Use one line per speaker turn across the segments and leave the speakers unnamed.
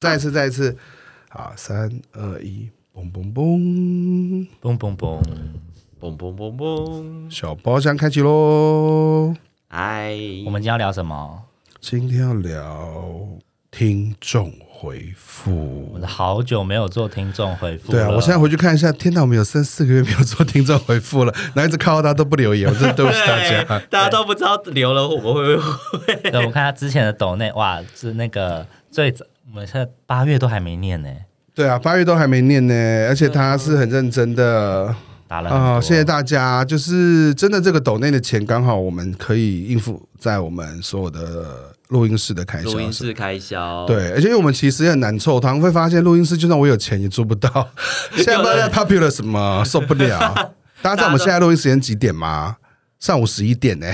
再一次，再一次，好，三二一，嘣嘣嘣，
嘣嘣嘣，
嘣嘣嘣嘣，
小包厢开启喽！
哎，
我们今天要聊什么？
今天要聊听众回
我
复
们。好久没有做听众回复
对啊，
了
我现在回去看一下，天哪，我们有三四个月没有做听众回复了，然后一直靠大家都不留言，我真的对不起大 家。
哎
哎
大家都不知道留了我们会不会
对我看他之前的抖内，哇，是那个最早，我们现在八月都还没念呢，
对啊，八月都还没念呢，而且他是很认真的。
打了很
啊、
多
谢谢大家！就是真的，这个斗内的钱刚好我们可以应付在我们所有的录音室的开销
录
上。
音室开销？，
对，而且因为我们其实也很难凑汤，会发现录音室就算我有钱也做不到。 现在不知道在 popular 什么，受不 了。大家知道我们现在录音时间几点吗？上午十一点 呢、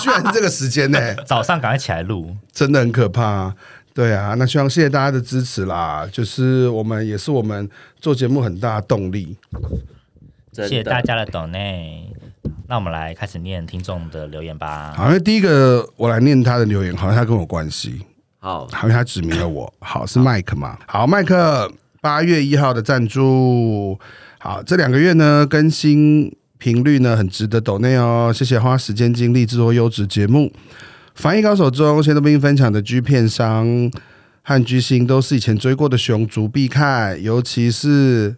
居然是这个时间呢、
早上赶快起来录，
真的很可怕、对啊，那希望谢谢大家的支持啦，就是我们也是我们做节目很大的动力。
真
谢
的
谢大。家的抖内。那我们来开始念听众的留言吧。
好，因为第一个我来念他的留言，好像他跟我有关系，
好，
好像他指名了我。好，是麦克嘛？好，麦克，八月一号的赞助。好，这两个月呢更新频率呢很值得抖内哦，谢谢花时间精力制作优质节目。防疫高手中，先都兵分享的 G 片商和巨星都是以前追过的熊族必看，尤其是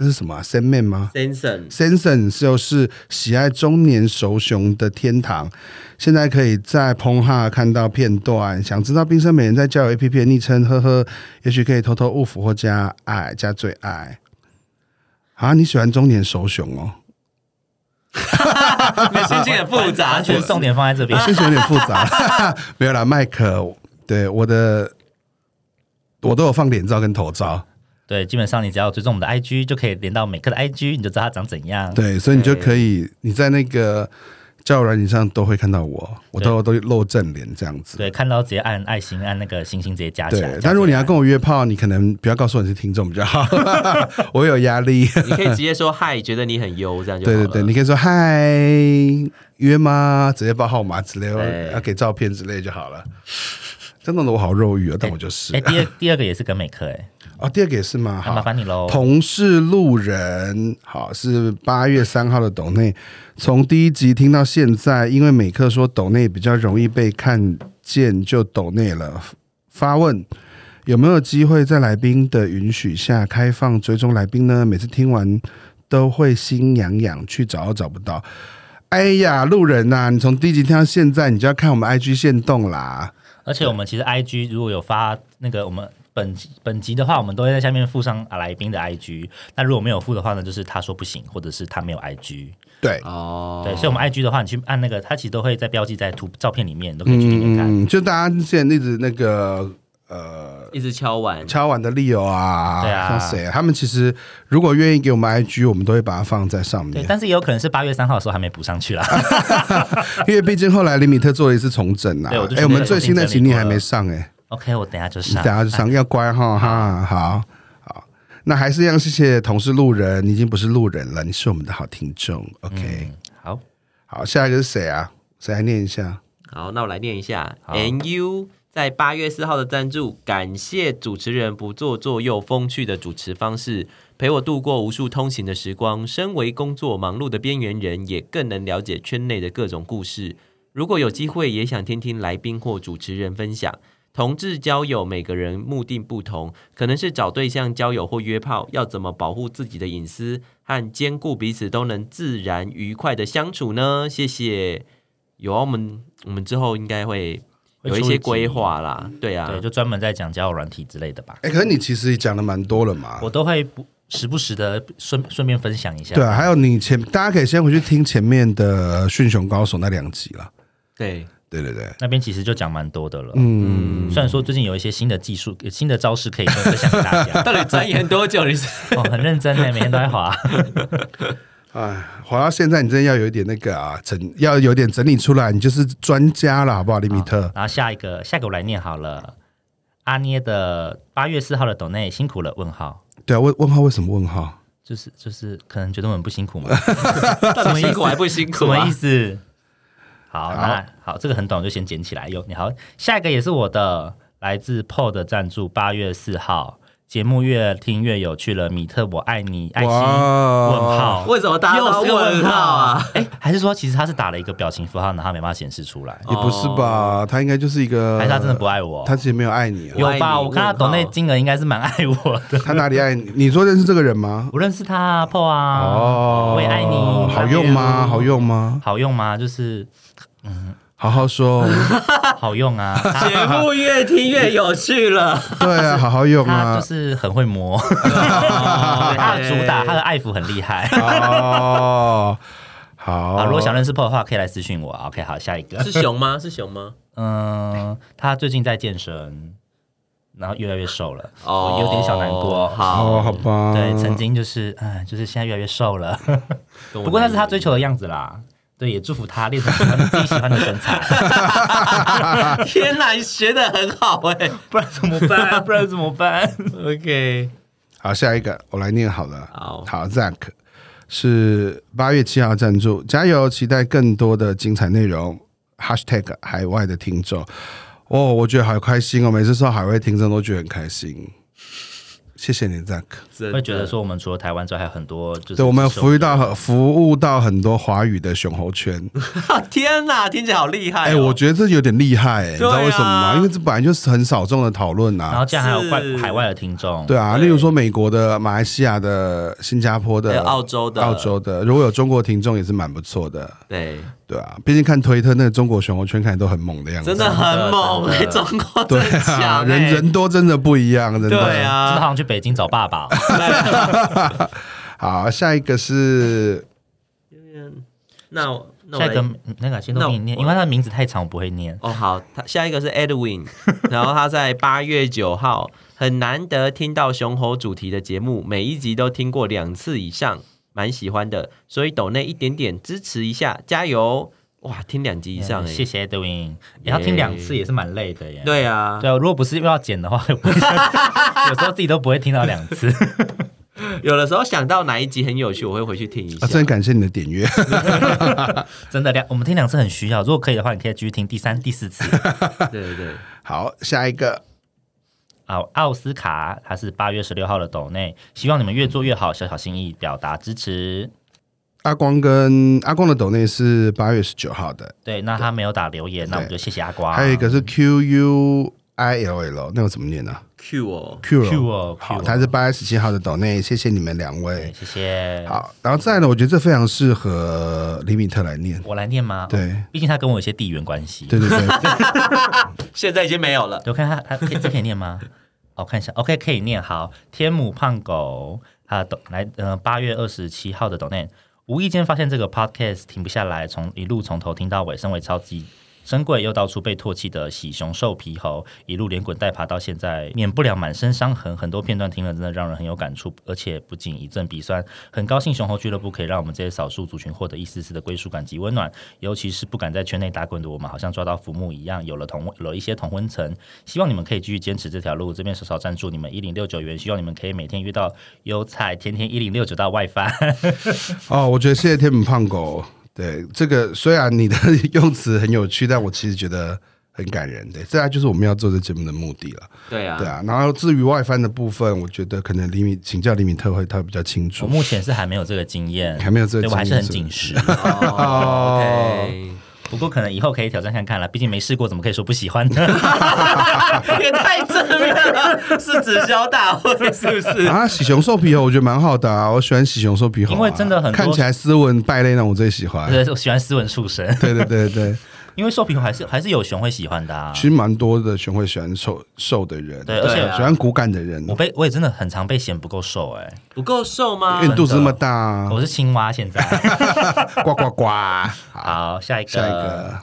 那是什么、啊、三面吗？
先 生，
Sensen 就是喜爱中年熟熊的天堂，现在可以在 p o n h a 看到片段。想知道冰山美人在交友 APP 的昵称，呵呵，也许可以偷偷误服或加爱加最爱。啊，你喜欢中年熟熊哦？
你们心情很复杂
完，全重点放在这边
啊
我，心情有点复杂， 没有啦，麦克，对我的，我都有放脸照跟头照，
对，基本上你只要追踪我们的 IG，就可以连到每个的 IG，你就知道它长怎样。
对，所以你就可以你在那个交友软件上都会看到我，我都都露正脸这样子。
对，看到直接按爱心，按那个星星直接加起来
对。，
加
但如果你
最爱
要跟我约炮，你可能不要告诉我你是听众比较 好，我有压力。
啊
你可以直接说嗨，觉得你很优，这样就好
对
了
对对，你可以说嗨，约吗？直接报号码之类，
哎
对
要给照片之类就好了。真的，我好肉欲啊，但我就是
哎、。第二第二个也是跟美克哎、
哦，第二个也是嘛，
那麻
好。
烦你喽。
同是路人，好是八月三号的抖内，从第一集听到现在，因为美克说抖内比较容易被看见，就抖内了。发问：有没有机会在来宾的允许下开放追踪来宾呢？每次听完都会心痒痒，去找都找不到。哎呀，路人呐、你从第一集听到现在，你就要看我们 IG 线动啦。
而且我们其实 IG 如果有发那个我们本本集的话，我们都会在下面附上来宾的 IG。那如果没有附的话呢，就是他说不行，或者是他没有 IG。
对，
哦，
对，所以我们 IG 的话，你去按那个，它其实都会在标记在图照片里面，你都可以去里面看。
嗯，就大家现在一直那个呃
一直敲完，
敲碗的 Leo 啊，
对啊
像谁、啊，他们其实如果愿意给我们 IG，我们都会把它放在上
对，
面。
但是也有可能是八月三号的时候还没补上去啦。
因为毕竟后来林米特做了一次重整啊
对我就，
哎、
觉得
我们最新的
有
请
竞争力
你还没上哎、
OK，我等一下就
你
上
等。下就上，要乖哈
啊
哈，好好。那还是一样，谢谢同事路人，你已经不是路人了，你是我们的好听众。OK，、
嗯，好，
好，下一个是谁啊？谁来念一下？
好，那我来念一下
好
NU 在八月四号的赞助，感谢主持人不做作又风趣的主持方式，陪我度过无数通行的时光。身为工作忙碌的边缘人，也更能了解圈内的各种故事。如果有机会，也想听听来宾或主持人分享。同志交友，每个人目的不同，可能是找对象交友或约炮，要怎么保护自己的隐私和兼顾彼此都能自然愉快的相处呢？谢谢。有啊，我们我们之后应该会有一些规划啦，对啊，
对，就专门在讲交友软体之类的吧。
哎、可是你其实讲的蛮多了嘛。
我都会不时不时的顺顺便分享一下。
对啊，还有你前，大家可以先回去听前面的《驯熊高手》那两集了。
对
对对对，
那边其实就讲蛮多的了。嗯，虽然说最近有一些新的技术、有新的招式可以分享给大家，
到底钻研多久？你 是
哦，很认真呢，每天都在滑。
哎，滑到现在，你真的要有一点那个啊，整要有点整理出来，你就是专家了，好不好，李米特？
然后下一个，下一个我来念好了。阿捏的八月四号的抖内辛苦了？问号，
对啊，问问号为什么问号？
就是就是，可能觉得我们不辛苦 嘛？
到底辛苦还不辛
什
苦
么意
啊？
思？好，
好
那好，这个很短，我就先捡起来。有你好，下一个也是我的来自 PO 的赞助，八月四号。节目越听越有趣了，米特，我爱你，爱心，
哇
问号，
为什么大家都
又是
要
个
问号啊？
哎、还是说其实他是打了一个表情符号，然后他没办法显示出
呃
来，
也不是吧？他应该就是一个，
哦还是他真的不爱我？
他其实没有爱你啊
我。爱
有
你
吧？我看他
问号
懂那金额应该是蛮爱我的。
他哪里爱你？你说认识这个人吗？
我认识他啊，Po 啊，
哦，
我也爱你，
好用吗？
I love
好
you，
用吗？
好用吗？就是
好好 说，
好用啊，他
节目越听越有趣 了，
对啊，好好用
他
啊
就。是很会磨，
哦
对他的主打，他的爱抚很厉害。
哦，好
啊，如果想认识 Po 的话，可以来私讯我。OK，好，下一个，
是熊吗？是熊吗？
嗯，他最近在健身，然后越来越瘦了，
哦
我，有点小难过。
哦，
好，
好吧，
对，曾经就是，哎，就是现在越来越瘦了。
跟我
不过那是他
来一
追求的样子啦。对，也祝福他练成喜欢 自己喜欢的身材，
个天哪，你学的很好哎。
不然怎么 办？不然怎么办？
OK，
好，下一个我来念好了。
好
好，Zack 是八月七号赞助，加油！期待更多的精彩内容。Hashtag 海外的听众，哦，我觉得好开心哦！每次收到海外听众都觉得很开心。谢谢你，Zack。
真的
会觉得说我们除了台湾之外，还有很多就是
对，我们有
这
服
种
务到很服务到很多华语的熊猴圈。
天哪，听起来好厉害哦。
哎、我觉得这有点厉害、哎，你知道
对啊
为什么吗？因为这本来就是很少众的讨论
然
啊。
后竟然还有
是
外海外的听众，
对啊，例如说美国的、马来西亚的、新加坡
还
的
有、哎澳洲的
澳洲的，如果有中国听众也是蛮不错的。
对，
对啊，毕竟看推特那个中国熊猴圈看起来都很猛的样子，
真的很猛哎，中国
对啊，
真强
人
哎。
人多真的不一样，真的。
对
真的
啊，
好像去北京找爸爸哦。
好，下一个是
那我那我
下一个
来。
嗯那个先
那
都
我
给你念，因为他的名字太长，我不会念。
哦，好，他下一个是 Edwin，然后他在八月九号，很难得听到熊猴主题的节目，每一集都听过两次以上，蛮喜欢的，所以抖内一点点支持一下，加油！哇，听两集以上、欸，
谢谢 Edwin，也要听两次也是蛮累的耶。
对啊，
对啊，如果不是又要剪的话，我不会 有时候自己都不会听到两 次。
有的时候想到哪一集很有趣，我会回去听一下。
啊，真感谢你的点阅，
真的两，我们听两次很需要。如果可以的话，你可以继续听第三、第四次。
对对对，
好，下一个
啊，奥斯卡他是八月十六号的抖内，希望你们越做越好，小小心意表达支持。
阿光跟阿光的抖内是八月十九号的，
对，那他没有打留言，那我们就谢谢阿瓜。
还有一个是 Q U I L L，那个怎么念呢、啊、
Q 哦，
？Q
Q 哦
好，
Q
他是八月十七号的抖内，谢谢你们两
对，
位。
谢谢。，
好，然后再来呢，我觉得这非常适合李米特来念，
我来念吗？
对，
毕竟他跟我有些地缘关系。
对对对，
现在已经没有了。
对我看他他可以这可以念 吗？好，我看一下，OK 可以念。好，天母胖狗他抖来，呃，八月二十七号的抖念，无意间发现这个 podcast 停不下来，从一路从头听到尾，身为超级。珍贵又到处被唾弃的喜熊兽皮猴，一路连滚带爬到现在，免不了满身伤痕。很多片段听了，真的让人很有感触，而且不仅一阵鼻酸。很高兴熊猴俱乐部可以让我们这些少数族群获得一丝丝的归属感及温暖，尤其是不敢在圈内打滚的我们，好像抓到浮木一样，有了同有了一些同温层。希望你们可以继续坚持这条路，这边少少赞助你们一零六九元，希望你们可以每天遇到优菜，天天一零六九到外翻。
哦，我觉得谢谢天母胖狗。对，这个虽然你的用词很有趣，但我其实觉得很感人。对，这就是我们要做这节目的目的了。
对啊，
对啊，然后至于外翻的部分，我觉得可能李敏请教李敏特会他比较清
我
楚。
目前是还没有这个经验，
还没有这个
对我还是
经验
很
是
紧
不
实。
哦，OK，
不过可能以后可以挑战看看啦，毕竟没试过，怎么可以说不喜欢呢？
也太正面了，是直销大会是不是？
啊，喜熊兽皮猴我觉得蛮好的啊，我喜欢喜熊兽皮猴啊、
嗯因为真的很多
看起来斯文败类，让我最喜欢。
对，我喜欢斯文畜生，
对对对对，
因为兽皮猴还是还是有熊会喜欢的啊
其。实蛮多的熊会喜欢瘦瘦的人，
对而且啊
喜欢骨感的人，
我被我也真的很常被嫌不够瘦哎、
不够瘦吗
因为？肚子那么大 啊，
我是青蛙现 在。
呱呱 呱。好，
好，下一个
下一个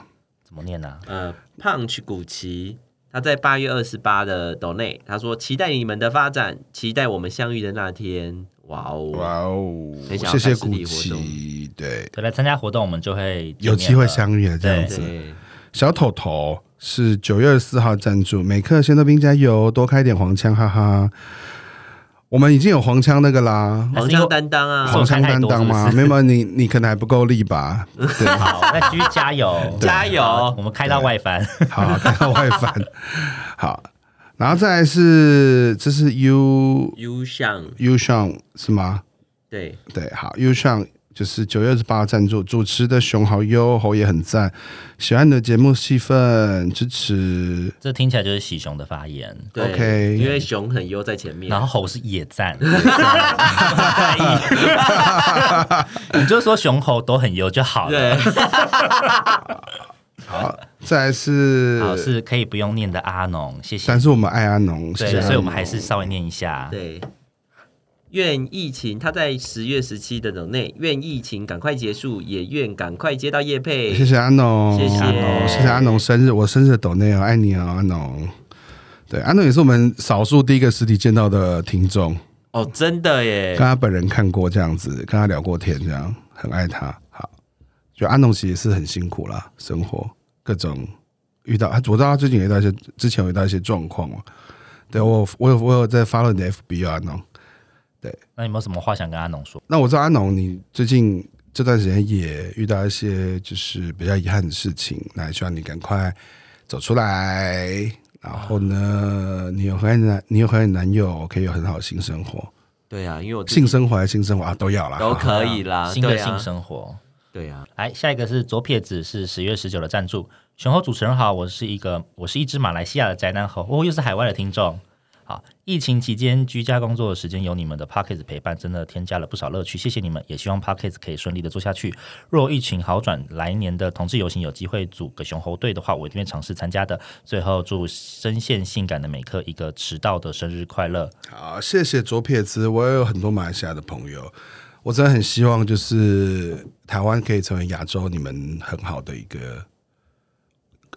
怎么念啊呢、
呃，Punch 古奇，他在八月二十八的抖内，他说期待你们的发展，期待我们相遇的那天。哇哦，
哇哦，
很想要
谢谢
看实
古
体活动
奇，对，
对，来参加活动我们就会见面
有机会
了
相遇了这样子。
对，
小头头是九月二十四号赞助，每克鲜豆冰加油，多开点黄腔，哈哈。我们已经有黄腔那个啦，
黄腔担当啊，
黄腔担当吗？
是不
没有，你你可能还不够力吧？对，
好，那继续加油，
加油
好我们开到外翻。
好，开到外翻。好，然后再来是这是 U
U 像
U 上是吗？
对，
对，好，U 上就是九月二十八赞助，主持的熊好优侯也很赞，喜欢你的节目戏份支持，
这听起来就是喜熊的发言。
对
OK
因为熊很优在前 面，
然后猴是野 战，野战 你就说熊猴都很油就好了。
对，
好，再来是，
好，是可以不用念的阿农，谢谢
但。是我们爱阿农，谢谢
对，
阿
所以我们
农
还是稍微念一下。
对，愿疫情，他在十月十七的等内，愿疫情赶快结束，也愿赶快接到叶佩。
谢谢阿农，
谢谢
阿农，谢谢阿农生日，我生日的抖内哦，爱你哦，阿农。对，阿农也是我们少数第一个实体见到的听众，
哦，真的耶
跟，他本人看过这样子，跟他聊过天，这样很爱他。好，就阿农其实也是很辛苦啦，生活各种遇到，啊我知道他最近也遇到一些，之前有遇到一些状况嘛。对我有，我有，我有在 follow 你的 FB 啊，阿农。
那有没有什么话想跟阿农说？
那我知道阿农，你最近这段时间也遇到一些就是比较遗憾的事情，那也希望你赶快走出来。然后呢，你有和你男，你有和你男友可以有很好的性生活，
对啊，因为我自己
性生活还是性生活啊都要啦。
都
啊
可以啦，
新的
对
性
啊，
生活。
对啊，
来，下一个是左撇子，是十月十九的赞助。熊猴主持人好，我是一个，我是一只马来西亚的宅男猴，哦，又是海外的听众。好，疫情期间居家工作的时间有你们的 p o c k e t 陪伴，真的添加了不少乐趣，谢谢你们，也希望 p o c k e t 可以顺利的做下去。若疫情好转，来年的同志游行有机会组个熊猴队的话，我一定会尝试参加的。最后祝深陷性感的美克一个迟到的生日快乐。
好，啊谢谢左撇子，我也有很多马来西亚的朋友，我真的很希望就是台湾可以成为亚洲你们很好的一个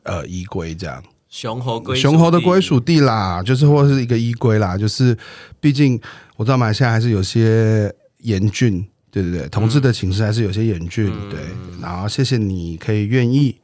呃依归，这样。
熊猴归
熊猴的
地
归属地啦，就是或是一个依归啦，就是毕竟我知道马来西亚还是有些严峻，对对对，同志
嗯
的情势还是有些严峻，对。然后谢谢你可以愿意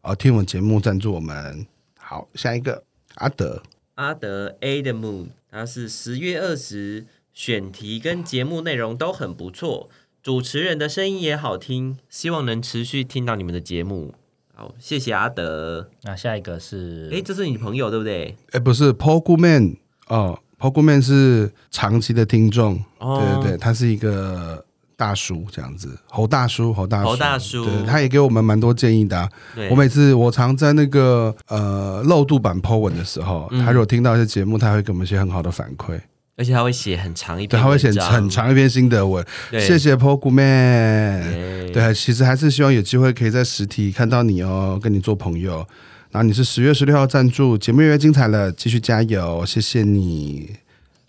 啊、呃听我们节目赞助我们。好，下一个阿德，
阿德 A 的 Moon，他是十月二十，选题跟节目内容都很不错，主持人的声音也好听，希望能持续听到你们的节目。好，谢谢阿德。
那下一个是，
诶，这是你朋友对不对？
哎，不是 Pogu Man 哦，Pogu Man 是长期的听众，
哦
对对对，他是一个。大叔这样子，侯大叔，侯大叔，
侯大叔
对，他也给我们蛮多建议的、啊。
对
我每次我常在那个呃漏度版 po 文的时候，
嗯
他如果听到一些节目，他会给我们一些很好的反馈，
而且他会写很长一
对，
篇
他会
文
写
章，
很长一篇心得文。
对
谢谢 po 姑妹，
耶。
对，其实还是希望有机会可以在实体看到你哦，跟你做朋友。然后你是十月十六号赞助，节目越来越精彩了，继续加油，谢谢你。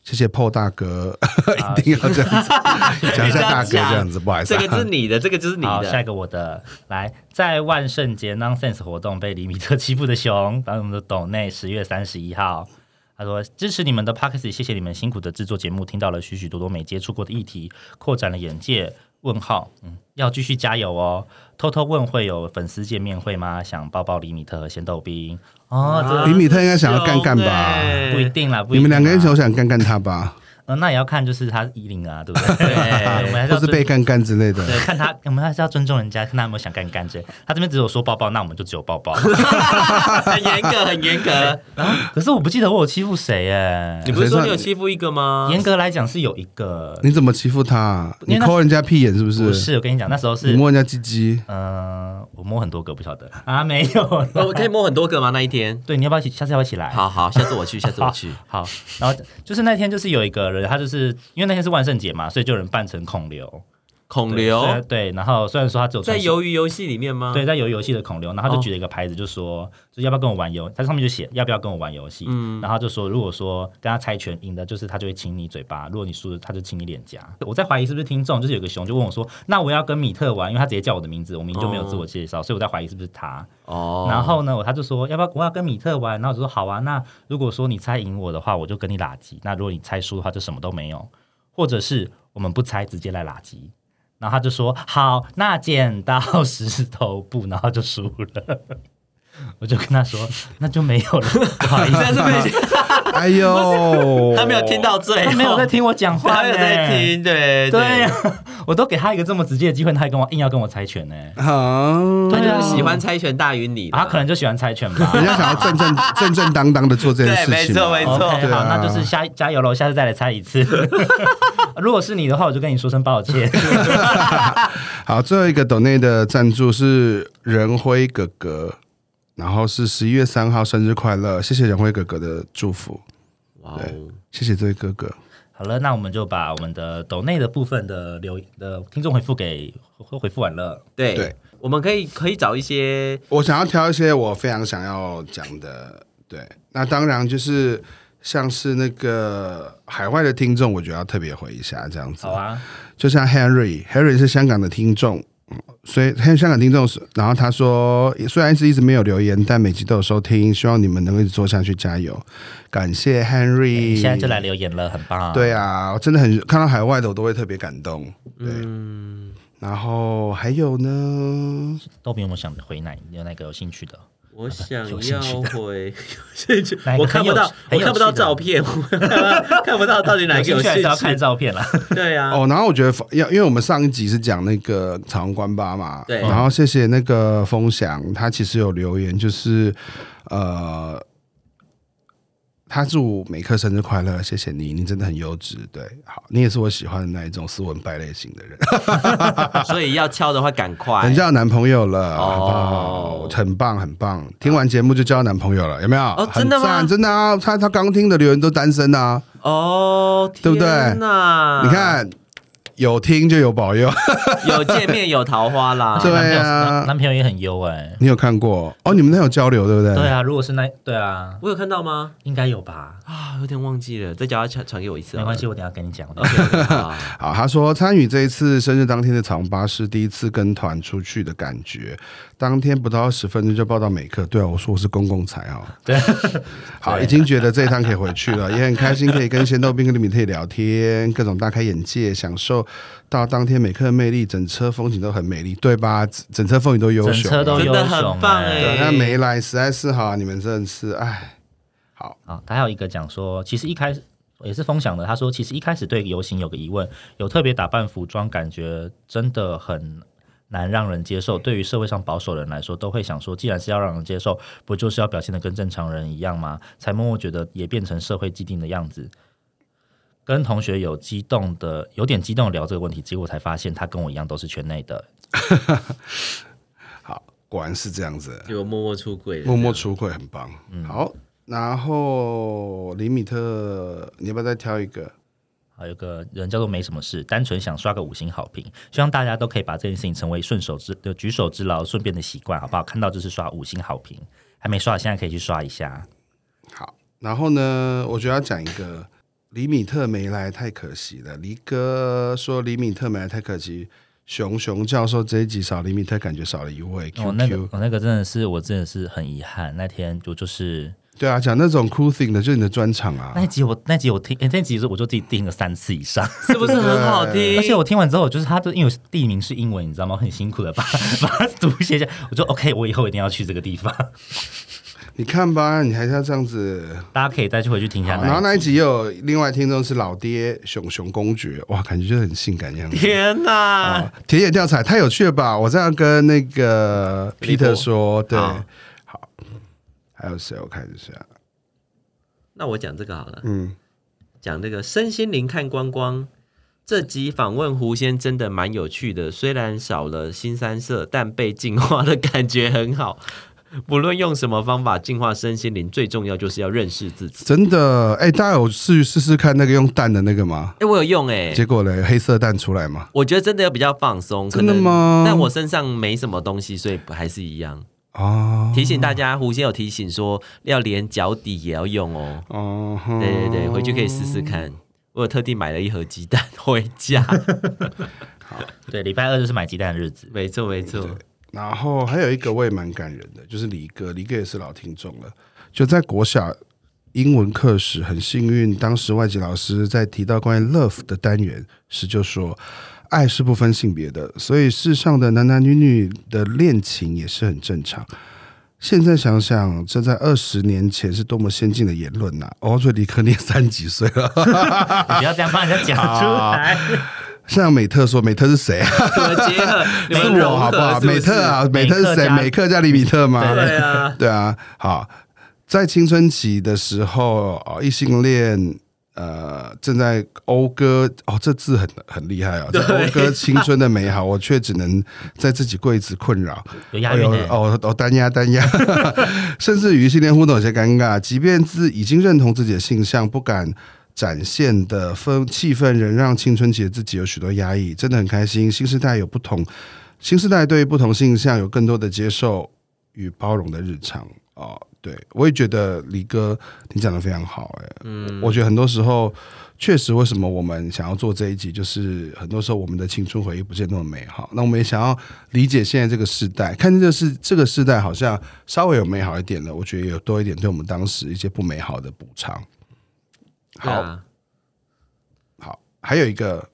谢谢 PO 大哥， 一定要这样子讲一下大哥这样子，不好意思、
这
啊，
个是你的，这个就是你
好，下
的。
一个我的来，在万圣节 nonsense 活动被李米特欺负的熊， 把我们的斗内十月三十一号。他说：“支持你们的 p o c k e t 谢谢你们辛苦的制作节目，听到了许许多多没接触过的议题，扩展了眼界。”问号，嗯，要继续加油哦！偷偷问会有粉丝见面会吗？想抱抱李米特和仙豆冰哦，这
啊李米特应该想要干干吧
不一定啦，不一
你们
定
两个
啦
人一起，我想干干他吧，
呃，那也要看就是他衣领啊，对不对？对，我们还是
或
要
是被干干之类的。
对，看他，我们还是要尊重人家，看他有没有想干干这。他这边只有说抱抱，那我们就只有抱 抱。
很严格，很严格。
可是我不记得我有欺负谁耶
你。不是说你有欺负一个吗？
严格来讲是有一个，
你怎么欺负他？
因
你
为他
抠人家屁眼是不是？
不是我跟你讲，那时候
你
是，
摸人家鸡鸡，
嗯，我摸很多个，不晓得啊，没有。
哦我可以摸很多个吗？那一天？
对，你要不要一起？下次要不要一起来？
好好，下次我去，下次我去。
好，然后就是那天就是有一个人，他就是因为那天是万圣节嘛，所以就有人扮成孔刘。
孔
对虽然
刘
对，然后虽然说他只有
在
穿西
鱿鱼游戏里面吗？
对，在游游戏的孔刘，然后他就举了一个牌子，就说、就是要不要跟我玩游，他上面就写要不要跟我玩游戏，然后他就说如果说跟他猜拳赢的，就是他就会亲你嘴巴，如果你输了，他就亲你脸颊。我在怀疑是不是听众，就是有个熊就问我说，那我要跟米特玩，因为他直接叫我的名字，我明明就没有自我介绍，所以我在怀疑是不是他。
哦，
然后呢，我他就说要不要我要跟米特玩，然后我就说好啊，那如果说你猜赢我的话，我就跟你拉鸡；那如果你猜输的话，就什么都没有，或者是我们不猜，直接来拉鸡。然后他就说好，那剪刀石头布，然后就输了。 我就跟他说，那就没有了，不好意
你
思。
在这边，
哎呦，
他没有听到最 后，
他没有在，听我讲话，
他没有在。听，对
对啊呀、我都给他一个这么直接的机会，他还跟我硬要跟我猜拳呢、
啊，
他
对啊
就是喜欢猜拳大于你啦
啊，他可能就喜欢猜拳吧。
人家想要正 正正正当当的做这件事情嘛，
对没错没错
OK，
对啊
好，那就是下加油喽，下次再来猜一 次。如果是你的话，我就跟你说声抱歉。
好，最后一个抖内的赞助是仁辉哥哥，然后是十一月三号生日快乐，谢谢仁辉哥哥的祝福，
哇哦，
谢谢这位哥哥。
好了，那我们就把我们的抖内的部分的留的听众回复给回回复完了。
对
对
我们可以可以找一些
我想要挑一些我非常想要讲的，对，那当然就是像是那个海外的听众，我觉得要特别回一下这样子。
好啊，
就像 Henry，Henry 是香港的听众，所以香港听众是，然后他说，虽然是一直没有留言，但每集都有收听，希望你们能够一直做下去，加油！感谢 Henry，
哎现在就来。留言了，很棒啊！
对啊，我真的很看到海外的，我都会特别感动。对，
嗯
然后还有呢，
豆饼，我们想回哪有哪个有兴趣的？
我想
有兴趣
要
的
回， 有兴趣
哪一个
我看不到，我
很有趣
看不到
很有趣的
照片，我 看不到到底哪一个
有兴趣还
兴
是要看
趣？
照片啦。
对啊，
哦，然后我觉得要，因为我们上一集是讲那个彩虹关八嘛，
对
然后谢谢那个风翔，他其实有留言，就是呃，他祝美克生日快乐，谢谢你，你真的很优质，对，好，你也是我喜欢的那一种斯文败类型的人，
所以要敲的话赶快
人。家有男朋友了，
哦
好不好？很棒，很棒，听完节目就交男朋友了，有没有？
哦
很
真的吗
赞真的啊，他他刚听的留言都单身啊，
哦，
对不对
那
你看有听就有保佑，
有见面有桃花啦
，对
男朋友
啊
男男朋友也很优哎。
你有看过哦？你们那有交流对不对？
对啊，如果是那对啊，
我有看到吗？
应该有吧？
啊，有点忘记了，再叫他传传给我一次，啊
没关系，。我等一下跟你讲。
好
好，他说参与这一次生日当天的长巴是第一次跟团出去的感觉，当天不到十分钟就报到美克，对啊，我说我是公共财哦。
对，
好，已经觉得这一趟可以回去了，也很开心可以跟仙豆冰跟李米特聊天，各种大开眼界，享受到当天美克的魅力，整车风景都很美丽，对吧？整整车风景都优
整
秀，
车都
对
优
真的很
秀
棒
哎。
哎
那没来实在是好，你们真的是哎，
啊，他还有一个讲说，其实一开始也是分享的，他说其实一开始对游行有个疑问，有特别打扮服装，感觉真的很。难让人接受，对于社会上保守的人来说，都会想说，既然是要让人接受，不就是要表现的跟正常人一样吗？才默默觉得也变成社会既定的样子。跟同学有激动的，有点激动地聊这个问题，结果才发现他跟我一样都是圈内的，
好，果然是这样子。
就默默出柜了，
默默出柜很棒。好，然后李米特，你要不要再挑一个？
还啊有个人叫做没什么事，单纯想刷个五星好评，希望大家都可以把这件事情成为顺手之呃举手之劳、顺便的习惯，好不好？看到就是刷五星好评，还没刷，现在可以去刷一下。
好，然后呢，我就要讲一个李米特没来太可惜了。黎哥说李米特没来太可惜。熊熊教授这一集少李米特，感觉少了一位 QQ。
我、哦那个我、那个真的是我真的是很遗憾，那天我就是
对啊，讲那种 cool thing 的，就是你的专场啊
那。一集我那集我听、哎诶那集是我就自己听了三次以上，
是不是很好听？
而且我听完之后，我就是他的因为我地名是英文，你知道吗？我很辛苦的把 把它读写下，我就 OK，我以后一定要去这个地方，
你看吧，你还是要这样子。
大家可以再去回去听一下
好然后
那
那
一
一
集。
集也有另外听众是老爹熊熊公爵，哇，感觉就很性感一样子。
天哪，
啊，田野调查太有趣了吧！我这样跟那个 Peter 说，对，
好
好，还有谁？我啊看一下，
那我讲这个好了。
嗯，
讲那个身心灵看光光。这集访问胡先真的蛮有趣的，虽然少了新三色，但被净化的感觉很好。不论用什么方法净化身心灵，最重要就是要认识自己。
真的，哎、大家有试试试看那个用蛋的那个吗？
哎，我有用哎、
结果嘞，黑色蛋出来吗？
我觉得真的要比较放松。可
真的
能
吗
但我身上没什么东西，所以还是一样。
哦，
提醒大家，胡先有提醒说，要连脚底也要用哦。
哦，
对对对，回去可以试试看。我有特地买了一盒鸡蛋回家。
对，礼拜二就是买鸡蛋的日子。
没错没错，
然后还有一个我也蛮感人的，就是李哥，李哥也是老听众了，就在国小英文课时，很幸运，当时外籍老师在提到关于 love 的单元时就说，爱是不分性别的，所以世上的男男女女的恋情也是很正常。现在想想，这在二十年前是多么先进的言论呐、哦，所以理科念三十几岁了。
你不要这样帮人家讲出来。
啊像美特说，美特是谁啊？
何结 合，
是
美
我
容
好不好？
合是不
美特
是，
啊，
美
美特
特
是谁？
加
美克加里米特吗？
对
对啊，
对啊，好，在青春期的时候，哦，异性恋呃正在讴歌哦，这字很很厉害哦，在
对
讴歌青春的美好，我却只能在自己柜子困扰。
有押韵
哎呦
的，
哦哦，单压单压，甚至与异性恋互动有些尴尬，即便自已经认同自己的性向，不敢。展现的氛气氛仍让青春期的自己有许多压抑，真的很开心。新时代有不同，新时代对于不同性向有更多的接受与包容的日常哦。对，我也觉得李哥你讲的非常好、哎，嗯，我觉得很多时候确实，为什么我们想要做这一集，就是很多时候我们的青春回忆不见那么美好，那我们也想要理解现在这个时代，看这个是这个时代好像稍微有美好一点了，我觉得有多一点对我们当时一些不美好的补偿。
对
好，
啊，
好，还有一个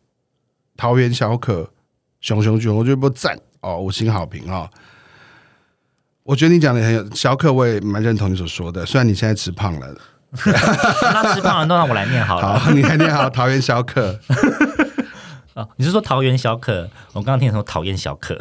桃园小可熊熊熊，我觉得不赞哦，五星好评哦。我觉得你讲的很有小可，我也蛮认同你所说的。虽然你现在吃胖了，
那吃胖了都让我来念好了。
好， 你还念好桃园小 可，
哦，你是说桃园小可？我刚刚听成讨厌小可。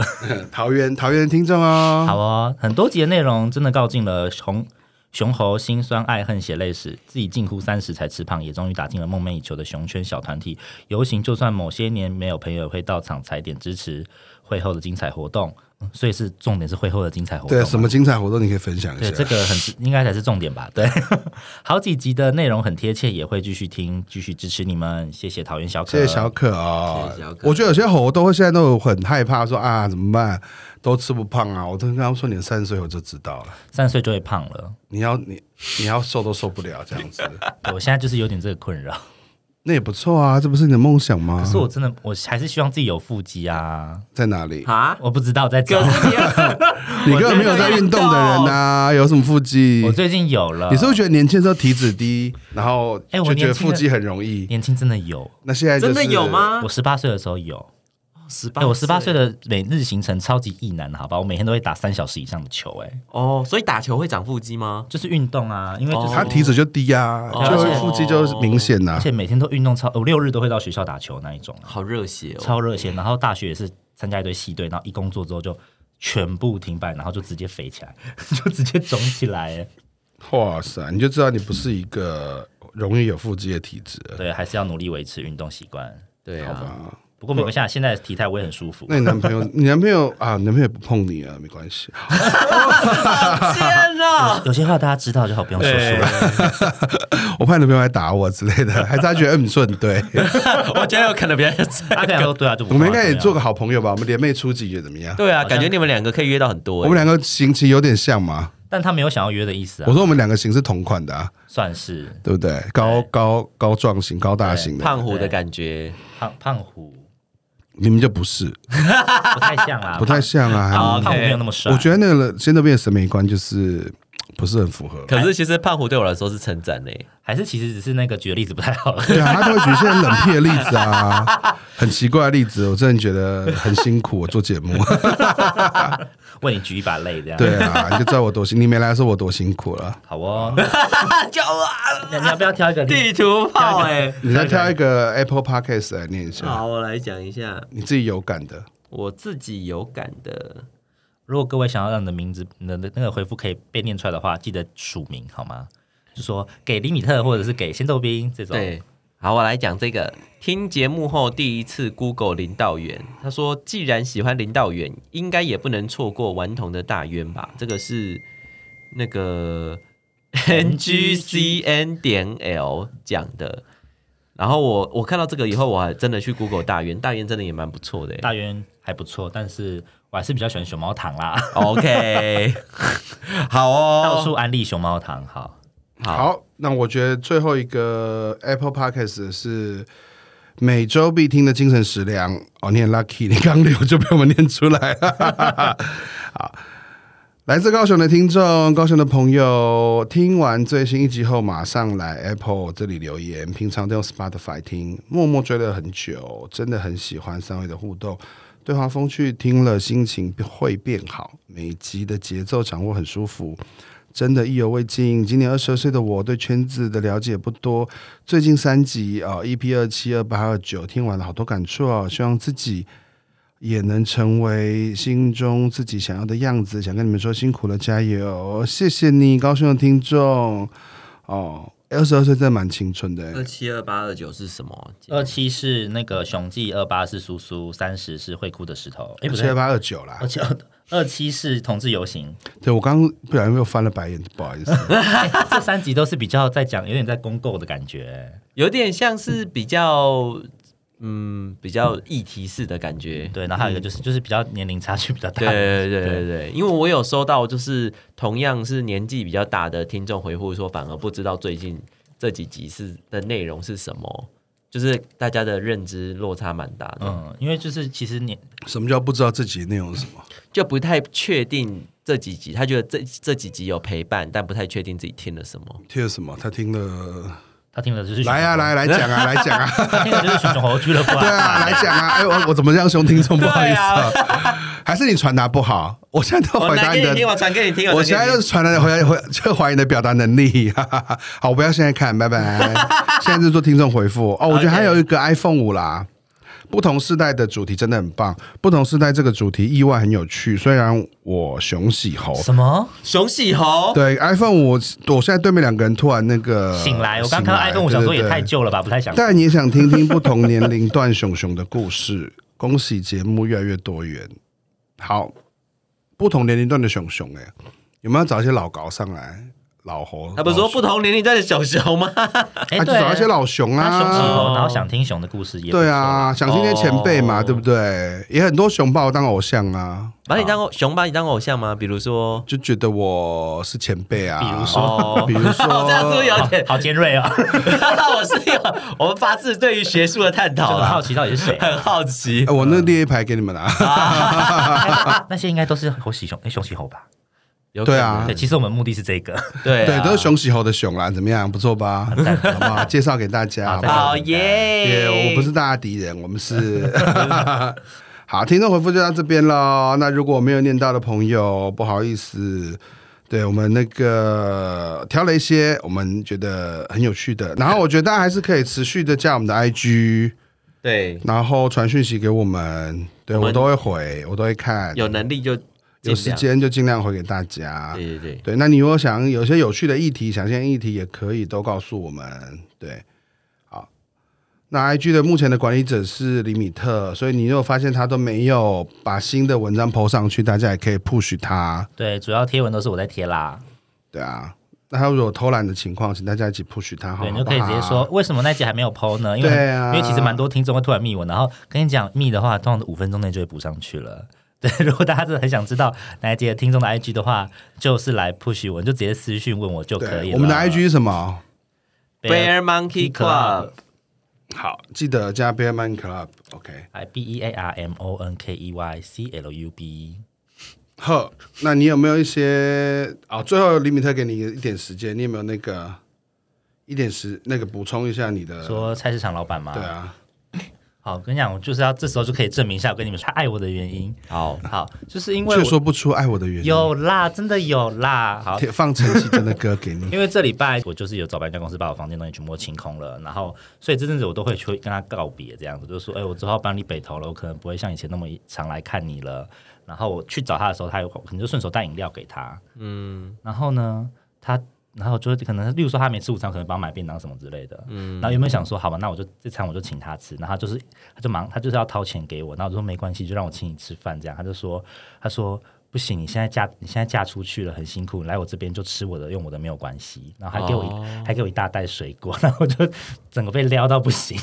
桃园桃园的听众哦，
好哦，很多集的内容真的告尽了熊熊猴心酸、爱恨、血泪史。自己近乎三十才吃胖，也终于打进了梦寐以求的熊圈小团体游行。就算某些年没有朋友，也会到场踩点支持会后的精彩活动。嗯所以是重点是会后的精彩活动嘛。啊
对，什么精彩活动你可以分享一
对，
下
这？个很应该才是重点吧？对， 好几集的内容很贴切，也会继续听，继续支持你们，谢谢桃园小可，
谢谢小可哦
谢谢小，可
我觉得有些猴都会现在都有很害怕说啊怎么办，都吃不胖啊。我都跟他们说你三十岁我就知道了，
三十岁就会胖了。
你要你你要瘦都受不了这样子，
对我现在就是有点这个困扰，
那也不错啊，这不是你的梦想吗
可？是我真的，我还是希望自己有腹肌啊！
在哪里？
啊，
我不知道在找
可，是你要
你根本没有在运动的人呐、啊有什么腹肌
我？最近有了。
你是不是觉得年轻的时候体脂低，然后
哎我
就觉得
年轻的
腹肌很容易？
年轻真的有？
那现在、就
真
是、
的有？吗
我？十八岁的时候有，
十八
哎，我十八岁的每日行程超级意难，好吧？我每天都会打三小时以上的球，哎，
哦，所以打球会长腹肌吗？
就是运动啊，因为就是
他体脂就低啊，
哦
就腹肌就是明显啊呐、
而且每天都运动超，我六日都会到学校打球那一种啊，
好热血哦！
超热血。然后大学也是参加一堆系队，然后一工作之后就全部停摆，然后就直接肥起来， 就直接肿起来，哎
哇塞，你就知道你不是一个容易有腹肌的体质了。
对，还是要努力维持运动习惯。
对啊，
不过没关系啊，现在的体态我也很舒服。
那你男朋友，你男朋友啊，你男朋友不碰你啊，没关系。
天哪！
有些话大家知道就好，不用说出来。
我怕你男朋友来打我之类的，还是他觉得嗯你说很对。
我觉得有可能比较
阿凯说对啊，就不
我们应该
放
也
了
做个好朋友吧，我们联袂出击也怎么样？
对啊，
像
感觉你们两个可以约到很多。
我们两个型其实有点像嘛。
但他没有想要约的意思啊
我，说我们两个型是同款的啊，
算是
对不对？高高高壮型、高大型
个
的，
欸胖虎的感觉，
胖胖虎，
你们就不是，
不太像 啦，
不太像啊。
胖
，OK
胖虎没有那么帅。
我觉得那个现在变的审美观就是不是很符合。
可是其实胖虎对我来说是称赞呢。
还是其实只是那个举的例子不太好了。
对啊，他都会举一些很冷僻的例子啊， 很奇怪的例子，我真的觉得很辛苦。我做节 目，
为你举一把泪这样。，
对啊，你就知道我多辛，你没来的时候我多辛苦了。
好哦。
就啊，
那你要不要挑一个例
地图炮 哎！
你再挑一个 Apple Podcast 来念一下，
好，我来讲一下
你自己有感的。
我自己有感的。
如果各位想要让你的名字、你的那个回复可以被念出来的话，记得署名好吗？就说给李米特或者是给仙豆冰这种。，
对，好，我来讲这个。听节目后第一次 Google 林道远，他说：“既然喜欢林道远，应该也不能错过顽童的大冤吧？”这个是那个 NGCN 点 L 讲的。然后我我看到这个以后，我还真的去 Google 大冤，大冤真的也蛮不错的耶。
大渊还不错，但是我还是比较喜欢熊猫糖啦。
OK，好
到
哦，
处安利熊猫糖，好，
好，
好，那我觉得最后一个 Apple Podcast 是每周必听的精神食粮。哦，你很 lucky，你刚留就被我们念出来了。 好，来自高雄的听众，高雄的朋友，听完最新一集后，马上来 Apple 这里留言。平常都用 Spotify 听，默默追了很久，真的很喜欢三位的互动。对话风趣听了心情会变好，每集的节奏掌握很舒服，真的意犹未尽。今年二十二岁的我对圈子的了解不多，最近三集啊、e p 二七、二八、二九听完了好多感触哦，希望自己。也能成为心中自己想要的样子，想跟你们说辛苦了，加油！谢谢你，高雄的听众哦，二十二岁真的蛮青春的欸，
二七二八二九是什么？
二七是那个雄记，二八是苏苏，三十是会哭的石头。哎，不
七
对
二，八二九啦
二。七二二七是同志游行。
对我刚刚不小心又翻了白眼，不好意思。
哎这三集都是比较在讲，有点在公购的感觉。
有点像是比较，嗯，比较议题式的感觉。
对，然后还有一个就是，就是比较年龄差距比较大。
对对对对对，因为我有收到，就是同样是年纪比较大的听众回复说，反而不知道最近这几集是的内容是什么，就是大家的认知落差蛮大的，
嗯，因为就是其实年
什么叫不知道自己的内容是 什么？
就不太确定这几集，他觉得这这几集有陪伴，但不太确定自己听了什么。
听了什么？他听了，
他听的就是
来啊，来来 讲啊，来讲啊，
他听的就是熊熊猴俱乐部。
对啊，来讲啊。哎，我我怎么这样凶听众？不好意思啊， 还是你传达不好？我现在都
我
回答
拿
你
给哦你听，
的，
我传给你听，
我现
传
在
给你
就是传达回来回就怀疑你的表达能力。 哈哈哈。好，我不要现在看，拜 拜。现在是做听众回复哦。我觉得还有一个 iPhone 五啦。不同世代的主题真的很棒，不同世代这个主题意外很有趣。虽然我熊喜猴，
什么
熊喜 猴，
对 iPhone 五，我现在对面两个人突然那个
醒来？我刚看到 iPhone，我想说也太。旧了吧，不太想
对对对。但也想听听不同年龄段熊熊的故事。恭喜节目越来越多元。好，不同年龄段的熊熊、欸，哎，有没有找一些老高上来？老猴，
他不是说不同年龄段的小熊吗？
哎，
啊他就
对，
找一些老熊
他熊喜
啊。
猴，然后想听熊的故事哦也不错
对，啊，想听些前辈嘛，
哦
对不对？也很多熊把我当偶像啊，
把你当偶熊把你当偶像吗？比如说，
就觉得我是前辈啊。
比如说
哦
比如说
这样是不是有点
好尖锐啊！
我是有，我们发自对于学术的探讨
啊
我 很好
啦，。
奇到底是谁
很好奇
哎，我那列一排给你们啊啦。
那些应该都是猴喜熊，哎，熊喜猴吧？
对啊
对，其实我们目的是这个。
对
对，
啊
都是熊喜猴的熊啦，怎么样？不错吧？好不好？介绍给大家，好
好
不
再
好？
好耶！
耶，我不是大家敌人，我们是。 好，听众回复就到这边喽。那如果没有念到的朋友，不好意思，对我们那个挑了一些我们觉得很有趣的，然后我觉得大家还是可以持续的加我们的 IG，
对，
然后传讯息给我们，对
我
我
们
都会回，我都会看，
有能力就
有啊
尽
时
量，
间就尽量回给大家。
对对对，
对，那你如果想有些有趣的议题、想象议题，也可以都告诉我们。对，好。那 IG 的目前的管理者是李米特，所以你如果发现他都没有把新的文章 PO 上去，大家也可以 push 他。
对，主要贴文都是我在贴啦。
对啊，那他如果偷懒的情况，请大家一起 push 他，好
对，
不好？
你就可以直接说，为什么那集还没有 PO 呢？因为、
对啊
因为其实蛮多听众会突然密我，然后跟你讲密的话，通常五分钟内就会补上去了。 对，如果大家真的很想知道哪一集的听众的 IG 的话，就是来 push 我，你就直接私讯问我就可
对，
以了。
我们的 IG 是什么？
Bear Monkey Club
好，记得加 Bearman Club。OK，
I B E A R M O N K E Y C L U B。
呵，那你有没有一些啊、最后李米特给你一点时间，你有没有那个一点时那个补充一下你的？
说菜市场老板吗？
对。啊，
好，跟你讲，我就是要这时候就可以证明一下我跟你们说他爱我的原因。
好，
好，就是因为
却
我
说不出爱我的原因。
有啦，真的有啦。好，
铁放陈绮贞的歌给你，
因为这礼拜我就是有找搬家公司把我房间东西全部都清空了，然后所以这阵子我都会去跟他告别，这样子就是说，哎、我之后搬离北投了，我可能不会像以前那么常来看你了。然后我去找他的时候，他有可能就顺手带饮料给他，
嗯，
然后呢，他然后就是可能，例如说他没吃午餐，可能帮我买便当什么之类的。嗯，然后原本想说，好吧，那我就这餐我就请他吃，然后他就是他就忙，他就是要掏钱给我，然后我就说没关系，就让我请你吃饭这样。他就说，他说。不行，你现在嫁你现在嫁出去了，很辛苦，你来我这边就吃我的，用我的没有关系。然后还给我一、
哦
还给我一大袋水果， 然后我就整个被撩到不 行。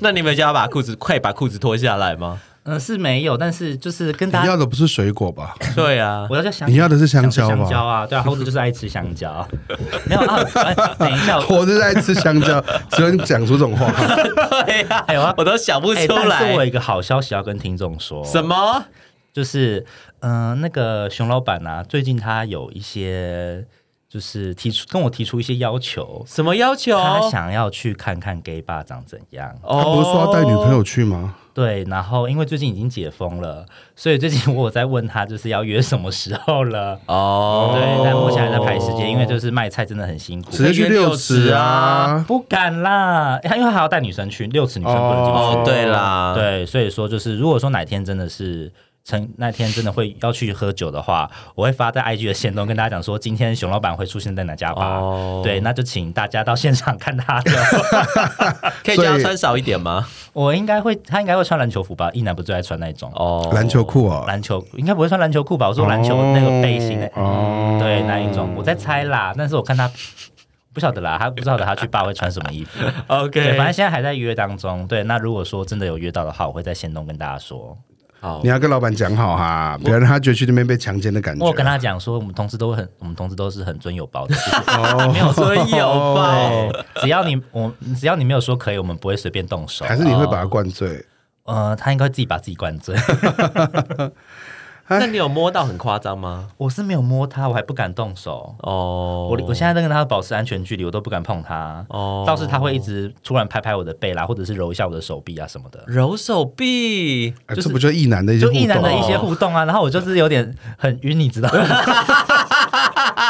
那你们就要把裤子快把裤子脱下来吗？
嗯、是没有，但是就是跟 大
你
家，
要的不是水果吧？
对啊，
我要叫香，
你要的是香蕉
蕉
吧
香啊，对啊，猴子就是爱吃香蕉。 没有啊，哎等一下，
我是在吃香 蕉，只有你讲出这种话。
对啊，
哎呦啊
我都想不
哎
出
但是我有
来
一个好消息要跟听众说，
什么
就是嗯、呃那个熊老板啊，最近他有一些。就是提出跟我提出一些要求，
什么要求？
他想要去看看 gay 爸长怎样。
他
哦
不是说要带女朋友去吗？
对，然后因为最近已经解封了，所以最近我有在问他，就是要约什么时候了。
哦，
对，但目前还在排时间，因为就是卖菜真的很辛苦。
直接去六
可以约六
池
池啊
啊，
不敢啦，因为他还要带女生去，六尺女生不能进去。
哦，对啦，，
对，所以说就是，如果说哪天真的是成那天真的会要去喝酒的话，我会发在 IG 的线动跟大家讲说，今天熊老板会出现在哪家吧。
哦
对，那就请大家到现场看他的。
可以叫他穿少一点吗？
我应该会，他应该会穿篮球服吧？一男不最爱穿那种
哦，
篮球裤哦，
篮球，应该不会穿篮球裤吧？我说篮球那个背心的，
哦
对，那一种，我在猜啦。但是我看他不晓得啦，他不晓得他去爸会穿什 么衣服。 对，
，OK，
反正现在还在约当中。对，那如果说真的有约到的话，我会在线动跟大家说。
好
你，要跟老板讲好哈，不要让他觉得去那边被强奸的感觉。
我有跟他讲说，我们同事都会很，我们同事都是很尊有包的，就是
哦，
没有说有吧？
对，只要你我只要你没有说可以，我们不会随便动手。
还是你会把他灌醉？
呃，他应该自己把自己灌醉。
哎
那你有摸到很夸张吗？
我是没有摸他，我还不敢动手。
哦，
我我现在在跟他保持安全距离，我都不敢碰他。
哦
倒是他会一直突然拍拍我的背啦，或者是揉一下我的手臂啊什么的，
揉手臂，
啊这不就一男的一些
就
互
一男的
动哦
一些互动啊。然后我就是有点很晕，你 知道吗？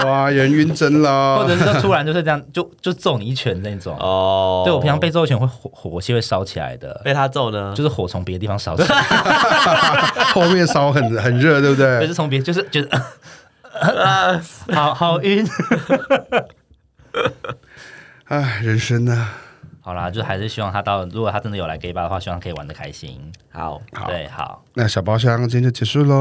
哇，人晕针
啊 或者
了。
是就突然就是这样，就就揍你一拳那种。
哦，
对我平常被揍一拳会火火气会烧起来的，
被他揍呢，
就是火从别的地方烧起来，
后面烧很很热，对不
就
对？
是从别就是 觉得。好好晕，
唉，人生啊，
好啦，就还是希望他到，如果他真的有来 gay 吧的话，希望可以玩的开心。
好，
好
对，好，
那小包厢今天就结束喽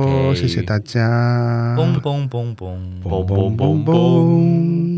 OK
谢谢大家。
嘣嘣嘣嘣。
嘣嘣嘣嘣。